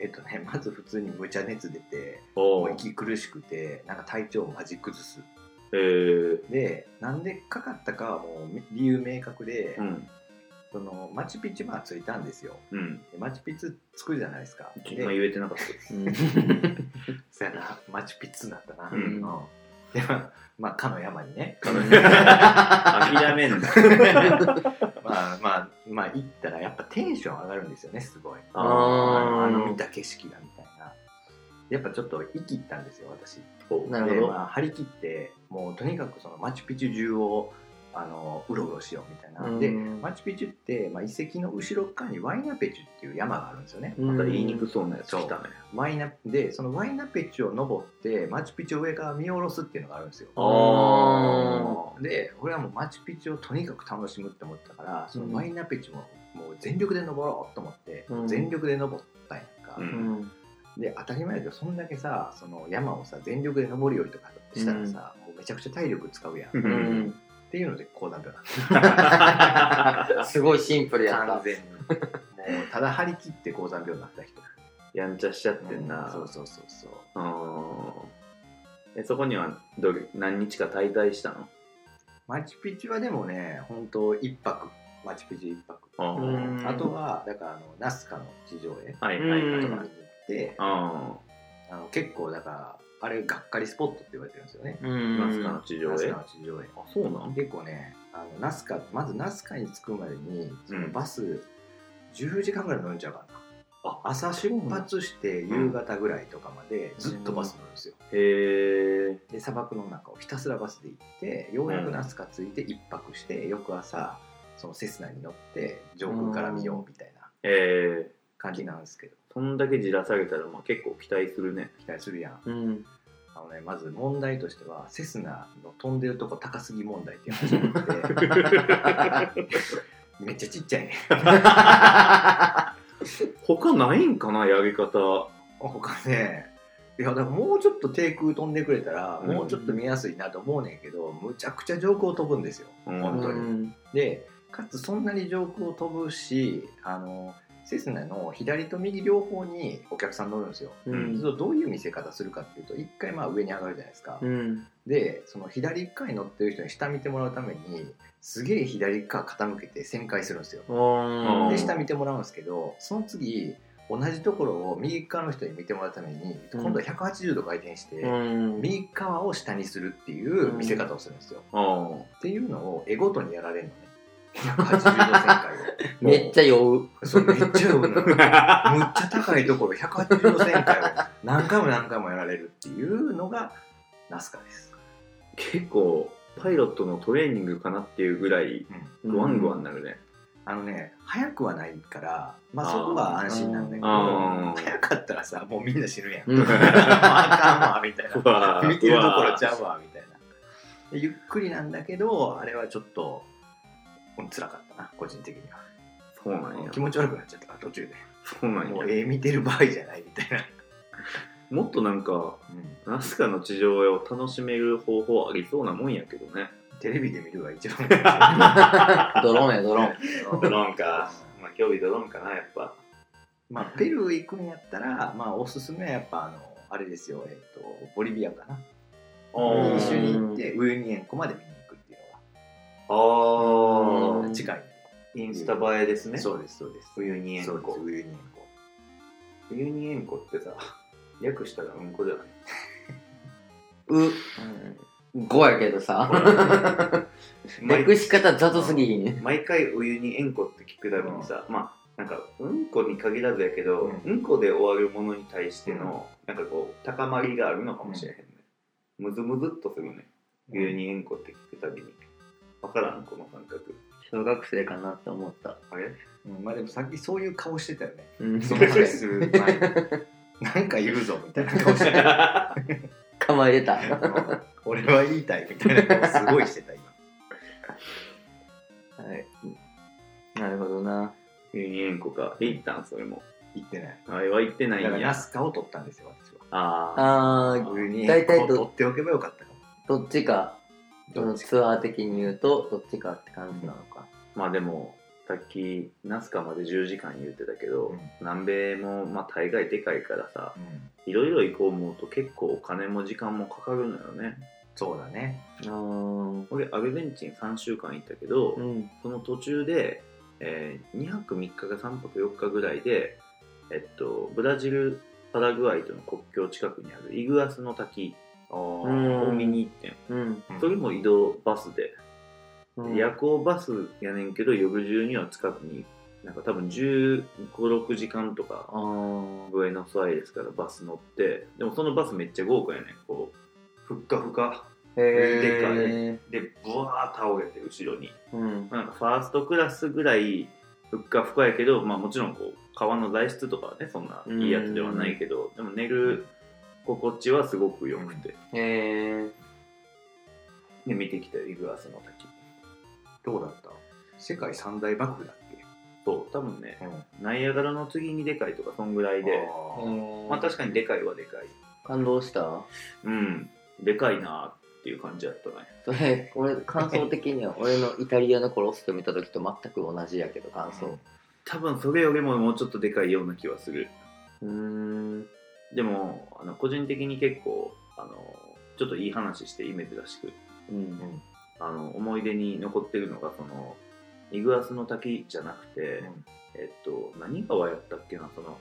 [SPEAKER 3] えっとね まず普通に無茶熱出て
[SPEAKER 1] お
[SPEAKER 3] も
[SPEAKER 1] お
[SPEAKER 3] う息苦しくてなんか体調をマジ崩す
[SPEAKER 1] えー、
[SPEAKER 3] でなんでかかったかはもう理由明確で、
[SPEAKER 1] うん
[SPEAKER 3] そのマチュピチュまあ着いたんですよ
[SPEAKER 1] うん
[SPEAKER 3] でマチュピチュ着くじゃないですかで
[SPEAKER 1] 今言えてなかった
[SPEAKER 3] そやなマチュピチュになったな、
[SPEAKER 1] うん
[SPEAKER 3] でまあまあかの山にね
[SPEAKER 1] 諦めんな
[SPEAKER 3] まあまあまあ行ったらやっぱテンション上がるんですよねすごい
[SPEAKER 1] あ
[SPEAKER 3] あの
[SPEAKER 2] あ
[SPEAKER 3] あの見
[SPEAKER 2] ー
[SPEAKER 3] た景色だみたいなやっぱちょっと生きったんですよ私
[SPEAKER 1] こう
[SPEAKER 2] なるほ
[SPEAKER 3] で
[SPEAKER 2] ど
[SPEAKER 3] まあ張り切ってもうとにかくそのマチュピチュ中をあのうろうろしようみたいな、
[SPEAKER 2] うん
[SPEAKER 3] でマチュピチュって、まあ、遺跡の後ろっ側にワイナペチュっていう山があるんですよね、
[SPEAKER 1] また言いにくそうなやつ
[SPEAKER 3] そう
[SPEAKER 1] 来たね
[SPEAKER 3] ワイナでそのワイナペチュを登ってマチュピチュを上から見下ろすっていうのがあるんですよ
[SPEAKER 2] あー
[SPEAKER 3] で俺はもうマチュピチュをとにかく楽しむって思ったからそのワイナペチュももう全力で登ろうと思って、
[SPEAKER 2] うん
[SPEAKER 3] 全力で登ったんやんか、
[SPEAKER 1] うん
[SPEAKER 2] うん
[SPEAKER 3] で当たり前だけどそんだけさその山をさ全力で登るよりとかしたらさ、もうめちゃくちゃ体力使うやん、
[SPEAKER 1] う
[SPEAKER 3] っ
[SPEAKER 2] うんん
[SPEAKER 3] ていうので高山病なんです
[SPEAKER 2] すごいシンプルやった
[SPEAKER 3] 完全にもうただ張り切って高山病になった人
[SPEAKER 1] やんちゃしちゃってんな、
[SPEAKER 3] そうそうそうそう
[SPEAKER 1] うんえそこにはどれ何日か滞在したの
[SPEAKER 3] マチュピチュはでもね本当一泊マチュピチュ一泊、
[SPEAKER 1] あー
[SPEAKER 2] うん
[SPEAKER 3] あとはだからあのナスカの地上絵
[SPEAKER 1] はいはいはい、
[SPEAKER 2] うん
[SPEAKER 3] とかに行って、
[SPEAKER 1] あ
[SPEAKER 3] あの結構だからあれがっかりスポットって言われてるんですよね、
[SPEAKER 2] うん
[SPEAKER 1] ナスカの地上絵
[SPEAKER 3] ナスカの地上
[SPEAKER 1] ー
[SPEAKER 3] 絵
[SPEAKER 1] あそうなん
[SPEAKER 3] 結構ねあのナスカまずナスカに着くまでにその
[SPEAKER 1] うん
[SPEAKER 3] バス10時間ぐらい乗るんちゃうかな、
[SPEAKER 1] あ
[SPEAKER 3] 朝出発して夕方ぐらいとかまでずっとバス乗るんですよ、
[SPEAKER 1] へえ
[SPEAKER 3] で砂漠の中をひたすらバスで行ってようやくナスカ着いて一泊して翌朝そのセスナに乗って上空から見ようみたいな
[SPEAKER 1] えー、
[SPEAKER 3] 感じなんですけど
[SPEAKER 1] そんだけじらされたら、まあ、結構期待するね
[SPEAKER 3] 期待するやん
[SPEAKER 2] うん
[SPEAKER 3] あのねまず問題としてはセスナの飛んでるとこ高すぎ問題っていうのが始まって めっちゃちっちゃいね
[SPEAKER 1] 他ないんかなやり方
[SPEAKER 3] 他ねいやだからもうちょっと低空飛んでくれたらもうちょっと見やすいなと思うねんけど、むちゃくちゃ上空を飛ぶんですよ、
[SPEAKER 1] うん
[SPEAKER 3] 本当
[SPEAKER 2] う
[SPEAKER 3] に。
[SPEAKER 2] ん
[SPEAKER 3] でかつそんなに上空を飛ぶしあのセスナの左と右両方にお客さん乗るんですよ。
[SPEAKER 2] う
[SPEAKER 3] そうんするとどういう見せ方するかっていうと一回まあ上に上がるじゃないですか。
[SPEAKER 2] うん
[SPEAKER 3] でその左側に乗ってる人に下見てもらうためにすげえ左側傾けて旋回するんですよ。
[SPEAKER 2] うん
[SPEAKER 3] で下見てもらうんですけどその次同じところを右側の人に見てもらうために
[SPEAKER 2] うん
[SPEAKER 3] 今度は180度回転して、
[SPEAKER 2] うん
[SPEAKER 3] 右側を下にするっていう見せ方をするんですよ。
[SPEAKER 1] あー
[SPEAKER 3] っていうのを絵ごとにやられるの ね。180度旋回を。
[SPEAKER 2] めっちゃ酔う
[SPEAKER 3] それめっちゃ読むのよむっちゃ高いところ180度旋回を何回も何回もやられるっていうのがナスカです。
[SPEAKER 1] 結構パイロットのトレーニングかなっていうぐらいグワングワンなるね、
[SPEAKER 3] あのね、早くはないから、まあそこは安心なんだけど、
[SPEAKER 1] あー
[SPEAKER 3] 早かったらさ、もうみんな死ぬやん。
[SPEAKER 2] うん
[SPEAKER 3] もうあかんわ、み たいうな。
[SPEAKER 1] わー
[SPEAKER 3] 見てるところちゃうわ、みたいな。でゆっくりなんだけど、あれはちょっと、うん辛かったな、個人的には。
[SPEAKER 1] そうなんや
[SPEAKER 3] 気持ち悪くなっちゃったから、途中で。
[SPEAKER 1] そうなん
[SPEAKER 3] もう
[SPEAKER 1] や
[SPEAKER 3] 絵見てる場合じゃないみたいな。
[SPEAKER 1] もっとなんか
[SPEAKER 3] うん
[SPEAKER 1] ナスカの地上絵を楽しめる方法ありそうなもんやけどね
[SPEAKER 3] テレビで見るが一番いい ですね
[SPEAKER 2] ドローンやドローン
[SPEAKER 1] ドローンかまあ興味ドローンかなやっぱ
[SPEAKER 3] まあペルー行くんやったら、まあ、おすすめはやっぱあのあれですよ、えっとボリビアかな
[SPEAKER 2] うん
[SPEAKER 3] 一
[SPEAKER 1] 一緒
[SPEAKER 3] 緒に
[SPEAKER 1] に
[SPEAKER 3] 行ってウユニ塩湖まで見に行くっていう
[SPEAKER 1] あ
[SPEAKER 3] のが
[SPEAKER 2] うん、
[SPEAKER 3] 近い
[SPEAKER 1] あインスタ映えですね
[SPEAKER 3] そうですそうです
[SPEAKER 1] 冬に
[SPEAKER 3] そ
[SPEAKER 1] 塩
[SPEAKER 3] うです
[SPEAKER 1] 湖
[SPEAKER 3] ウユニ塩湖
[SPEAKER 1] 冬に塩湖ってさ訳したらうんこじゃないう
[SPEAKER 2] 5やけどさ
[SPEAKER 1] 毎
[SPEAKER 2] 略し方雑すぎひん
[SPEAKER 1] 毎回お湯に塩湖って聞くたびにさ、まあなんかうんこに限らずやけど、
[SPEAKER 3] う
[SPEAKER 1] うんん、こで終わるものに対しての、なんかこう高まりがあるのかもしれへんね、むずむずっとするねお湯に塩湖って聞くたびにわからんこの感覚
[SPEAKER 2] 小学生かなって思った
[SPEAKER 1] あれ
[SPEAKER 3] うんまあでもさっきそういう顔してたよね
[SPEAKER 2] うん
[SPEAKER 3] その話する前になんか言うぞみたいな顔してた
[SPEAKER 2] 構えてた
[SPEAKER 3] 俺は言いたいみたいな顔すごいしてた今
[SPEAKER 2] はい。なるほどな。
[SPEAKER 1] お湯に塩湖かで行ったんそれも
[SPEAKER 3] 言ってない
[SPEAKER 1] あれは行ってな
[SPEAKER 3] だ
[SPEAKER 1] い
[SPEAKER 3] から
[SPEAKER 1] んや
[SPEAKER 3] ナスカを撮ったんですよ私は
[SPEAKER 1] あ
[SPEAKER 2] あー、
[SPEAKER 3] ウユニ
[SPEAKER 2] 大体
[SPEAKER 3] 塩湖を撮っておけばよかったかも
[SPEAKER 2] どっちか、そのツアー的に言うと、どっちかって感じなのか。
[SPEAKER 1] ーまあでもさっきナスカまで10時間言ってたけど、
[SPEAKER 3] うん
[SPEAKER 1] 南米もまあ大概でかいからさ
[SPEAKER 3] うん
[SPEAKER 1] いろいろ行こう思うと結構お金も時間もかかるのよね
[SPEAKER 3] そうだね
[SPEAKER 2] あー、
[SPEAKER 1] 俺アルゼンチン3週間行ったけど、
[SPEAKER 2] うん。
[SPEAKER 1] その途中で、え2泊3日か3泊4日ぐらいで、えっと、ブラジルパラグアイとの国境近くにあるイグアスの滝
[SPEAKER 3] あ
[SPEAKER 2] うん
[SPEAKER 1] を見に行ってん
[SPEAKER 2] うん。
[SPEAKER 1] それも移動バスで、
[SPEAKER 2] うん
[SPEAKER 1] 夜行バスやねんけど夜中には近くになんか多分1 5 6時間とか
[SPEAKER 2] あー、
[SPEAKER 1] ブエノスアイレスからバス乗ってでもそのバスめっちゃ豪華やねんこうふっかふかでかい
[SPEAKER 2] へえ。
[SPEAKER 1] でブワー倒れて後ろに
[SPEAKER 2] うん。
[SPEAKER 1] まあなんかファーストクラスぐらいふっかふかやけど、まあ、もちろんこう革の材質とかはねそんないいやつではないけどでも寝る心地はすごく良くて、
[SPEAKER 2] へえ。
[SPEAKER 1] で見てきたよイグアスの滝
[SPEAKER 3] どうだった世界三大幕府だっ
[SPEAKER 1] そう多分ね
[SPEAKER 3] け、うん、
[SPEAKER 1] ナイアガラの次にでかいとかそんぐらいでまあ確かにでかいはでかい
[SPEAKER 2] 感動した
[SPEAKER 1] うんでかいなっていう感じだったね
[SPEAKER 2] それ、俺、感想的には、俺のイタリアのコロッセを見た時と全く同じやけど、感想。
[SPEAKER 1] 多分それよりももうちょっとでかいような気はする
[SPEAKER 2] うーん。
[SPEAKER 1] でもあの個人的に結構あのちょっといい話してイメージらしく
[SPEAKER 2] うん。
[SPEAKER 1] あの思い出に残ってるのがそのイグアスの滝じゃなくて、
[SPEAKER 3] うん
[SPEAKER 1] えっと何川やったっけなその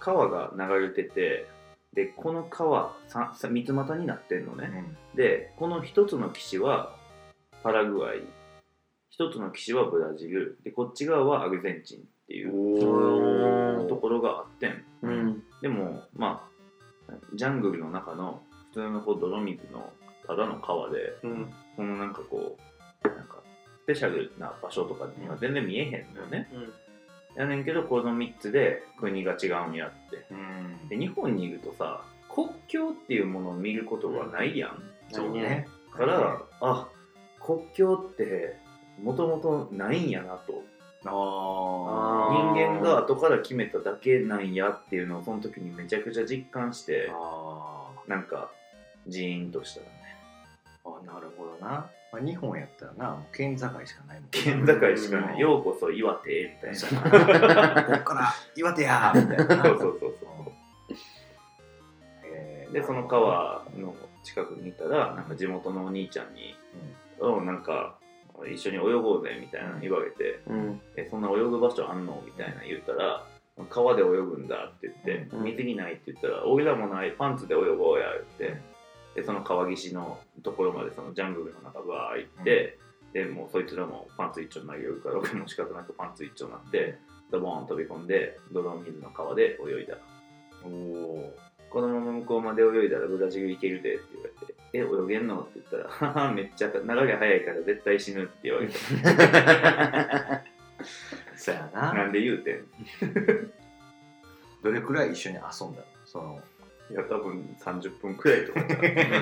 [SPEAKER 1] 川が流れててでこの川ささ三つ股になってんのね、でこの一つの岸はパラグアイ一つの岸はブラジルでこっち側はアルゼンチンっていう
[SPEAKER 2] お
[SPEAKER 1] ところがあってん
[SPEAKER 2] うん。
[SPEAKER 1] でもまあジャングルの中の普通のこう泥水のただの川で
[SPEAKER 2] うん。
[SPEAKER 1] そのなんかこうなんかスペシャルな場所とかには全然見えへんのよね、やねんけどこの3つで国が違うんやって
[SPEAKER 3] うん
[SPEAKER 1] で日本にいるとさ国境っていうものを見ることがないやん、
[SPEAKER 3] そうね
[SPEAKER 1] から、あ国境ってもともとないんやなと
[SPEAKER 3] あ
[SPEAKER 2] あ
[SPEAKER 3] あ
[SPEAKER 1] 人間が後から決めただけなんやっていうのをその時にめちゃくちゃ実感して
[SPEAKER 3] あ
[SPEAKER 1] なんかジーンとしたね
[SPEAKER 3] あなるほどな、まあ、日本やったらなもう県境しかないもん
[SPEAKER 1] 県境しかな
[SPEAKER 3] う
[SPEAKER 1] い
[SPEAKER 3] ん
[SPEAKER 1] ようこそ岩手みたいな
[SPEAKER 3] そうやなこっから岩手 やみたいな
[SPEAKER 1] そうそうそうそう
[SPEAKER 3] え ー
[SPEAKER 1] でその川の近くにいたらなんか地元のお兄ちゃんに「おうなんか一緒に泳ごうぜ」みたいなの言われて
[SPEAKER 2] うん。
[SPEAKER 1] 「えそんな泳ぐ場所あんの?」みたいなの言ったら「川で泳ぐんだ」って言って「
[SPEAKER 2] うん
[SPEAKER 1] 水着ない」って言ったら「俺らもないパンツで泳ごうや」ってでその川岸のところまでそのジャングルの中バー行って、でもうそいつらもパンツ一丁投げるから俺も仕方なくパンツ一丁になってドボーン飛び込んで泥水の川で泳いだ
[SPEAKER 3] うんおー
[SPEAKER 1] このまま向こうまで泳いだらブラジル行けるでって言われて、え、泳げんのって言ったら、 ははめっちゃ流れ早いから絶対死ぬって言 われて、
[SPEAKER 3] そうやな
[SPEAKER 1] なんで言うてんい
[SPEAKER 3] どれくらい一緒に遊んだのその
[SPEAKER 1] や、多分30分くらいとかじゃ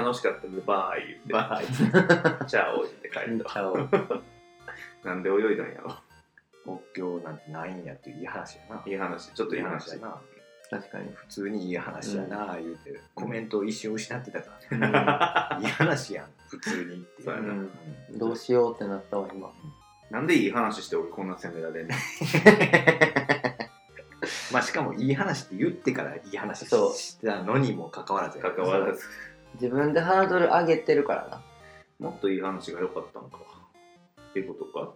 [SPEAKER 1] ん楽しかったんで、バーイ言って、バーイチャオ言って帰った。なんで泳いだんやろ。
[SPEAKER 3] 国境なんてないんやっていういい話やない
[SPEAKER 1] い話、ちょっといい話だな。
[SPEAKER 3] な
[SPEAKER 2] 確かに。
[SPEAKER 3] 普通にいい話やな、言うてコメントを一瞬失ってたか
[SPEAKER 2] う
[SPEAKER 3] ら、いい話やん普通にってい
[SPEAKER 1] そうやな
[SPEAKER 3] うん
[SPEAKER 2] んどうしようってなったわ、今。
[SPEAKER 1] なんでいい話して俺こんな責められんの
[SPEAKER 3] まあしかもいい話って言ってからいい話し
[SPEAKER 2] そう
[SPEAKER 3] してたのにもかかわらずやな
[SPEAKER 1] 関わらず。
[SPEAKER 2] 自分でハードル上げてるからな。
[SPEAKER 1] もっといい話が良かったのか。っていうことか。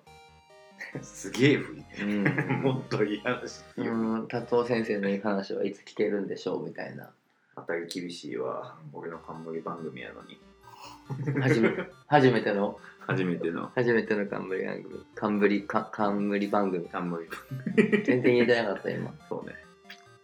[SPEAKER 3] すげえ振 り
[SPEAKER 2] うん。
[SPEAKER 3] もっといい話
[SPEAKER 2] うん、達夫先生のいい話はいつ聞けるんでしょうみたい な
[SPEAKER 1] 当たり厳しいわ。俺の冠番組やのに。
[SPEAKER 2] 初め初めての
[SPEAKER 1] 初めての。
[SPEAKER 2] 初めての冠番組冠か冠番組
[SPEAKER 1] 冠
[SPEAKER 2] 全然言えてなかった今
[SPEAKER 1] そうね。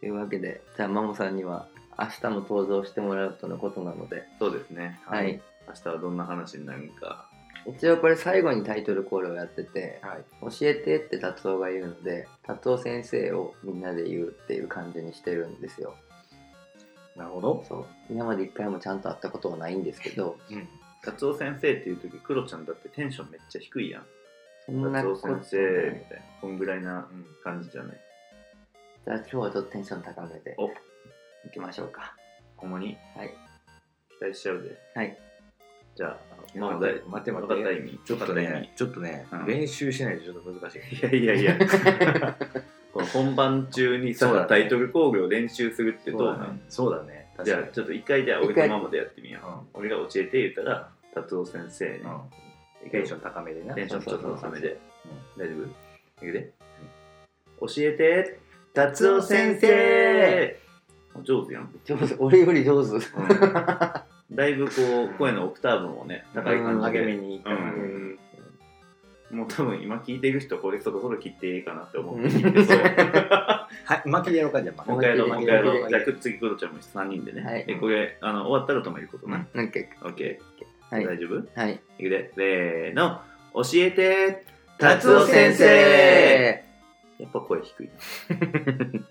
[SPEAKER 2] というわけでじゃあマモさんには明日も登場してもらうとのことなので
[SPEAKER 1] そうですね。
[SPEAKER 2] はい、
[SPEAKER 1] 明日はどんな話になるか。
[SPEAKER 2] 一応これ最後にタイトルコールをやってて
[SPEAKER 3] はい
[SPEAKER 2] 「教えて」って達夫が言うので達夫先生をみんなで言うっていう感じにしてるんですよ
[SPEAKER 3] なるほど、
[SPEAKER 2] そう今まで一回もちゃんと会ったことはないんですけど
[SPEAKER 3] うん、
[SPEAKER 1] カツオ先生っていう時、クロちゃんだってテンションめっちゃ低いやん。
[SPEAKER 2] そんな
[SPEAKER 1] カツ
[SPEAKER 2] こ
[SPEAKER 1] オ
[SPEAKER 2] と
[SPEAKER 1] 先
[SPEAKER 2] ない
[SPEAKER 1] 生みたいな。こんぐらいな
[SPEAKER 3] うん
[SPEAKER 1] 感じじゃない。
[SPEAKER 2] じゃあ今日はちょっとテンション高めで
[SPEAKER 1] お
[SPEAKER 2] 行きましょうか
[SPEAKER 1] ほんまに
[SPEAKER 2] はい
[SPEAKER 1] 期待しちゃうで。
[SPEAKER 2] はい
[SPEAKER 1] じゃあ、
[SPEAKER 3] 待って待って待って
[SPEAKER 1] 分かった意味。
[SPEAKER 3] ちょっと
[SPEAKER 1] 分かった
[SPEAKER 3] ねちょっとね、
[SPEAKER 1] うん
[SPEAKER 3] 練習しないとちょっと難しい
[SPEAKER 1] 意味いやいやいや。この本番中に
[SPEAKER 3] そうだ
[SPEAKER 1] さ、
[SPEAKER 3] ね
[SPEAKER 1] タイトル工業を練習するって
[SPEAKER 3] そ
[SPEAKER 1] ど
[SPEAKER 3] う
[SPEAKER 1] うな
[SPEAKER 3] だね
[SPEAKER 1] の
[SPEAKER 3] そうだね
[SPEAKER 1] じ
[SPEAKER 3] 確か
[SPEAKER 1] ゃ
[SPEAKER 3] に
[SPEAKER 1] あ、ちょっと一回じゃあ、俺とママでやってみよう。
[SPEAKER 3] うん
[SPEAKER 1] 俺が教えて言ったら、達夫先生に、
[SPEAKER 3] うん、テンション高めでな
[SPEAKER 1] テンションちょっと高めで。大丈夫いくで、教えて
[SPEAKER 2] 達夫先生
[SPEAKER 1] 上手や ん、
[SPEAKER 2] 上手俺より上手
[SPEAKER 1] だいぶこう声のオクターブもね高い感
[SPEAKER 2] うん
[SPEAKER 1] じ
[SPEAKER 3] 上
[SPEAKER 1] で、
[SPEAKER 3] げ目にいった
[SPEAKER 1] うんもう多分今聞いてる人、これそろそろ切っていいかなって思って聞いてそう。
[SPEAKER 3] はい、巻きでやろうか、じゃあ、
[SPEAKER 1] もう
[SPEAKER 3] 巻
[SPEAKER 1] 一回や
[SPEAKER 3] き
[SPEAKER 1] ろう、もう一回やろ
[SPEAKER 2] は
[SPEAKER 1] う。
[SPEAKER 2] い
[SPEAKER 1] じゃあ、次、クロちゃんも3人でね。
[SPEAKER 2] はい
[SPEAKER 1] で、これ、あの、終わったら止めること
[SPEAKER 2] うん
[SPEAKER 1] ね。
[SPEAKER 2] なんか、
[SPEAKER 1] オッケー。
[SPEAKER 2] はい
[SPEAKER 1] 大丈夫い
[SPEAKER 2] はい。
[SPEAKER 1] くで、せーの。教えて
[SPEAKER 2] 達夫先生
[SPEAKER 1] やっぱ声低いな。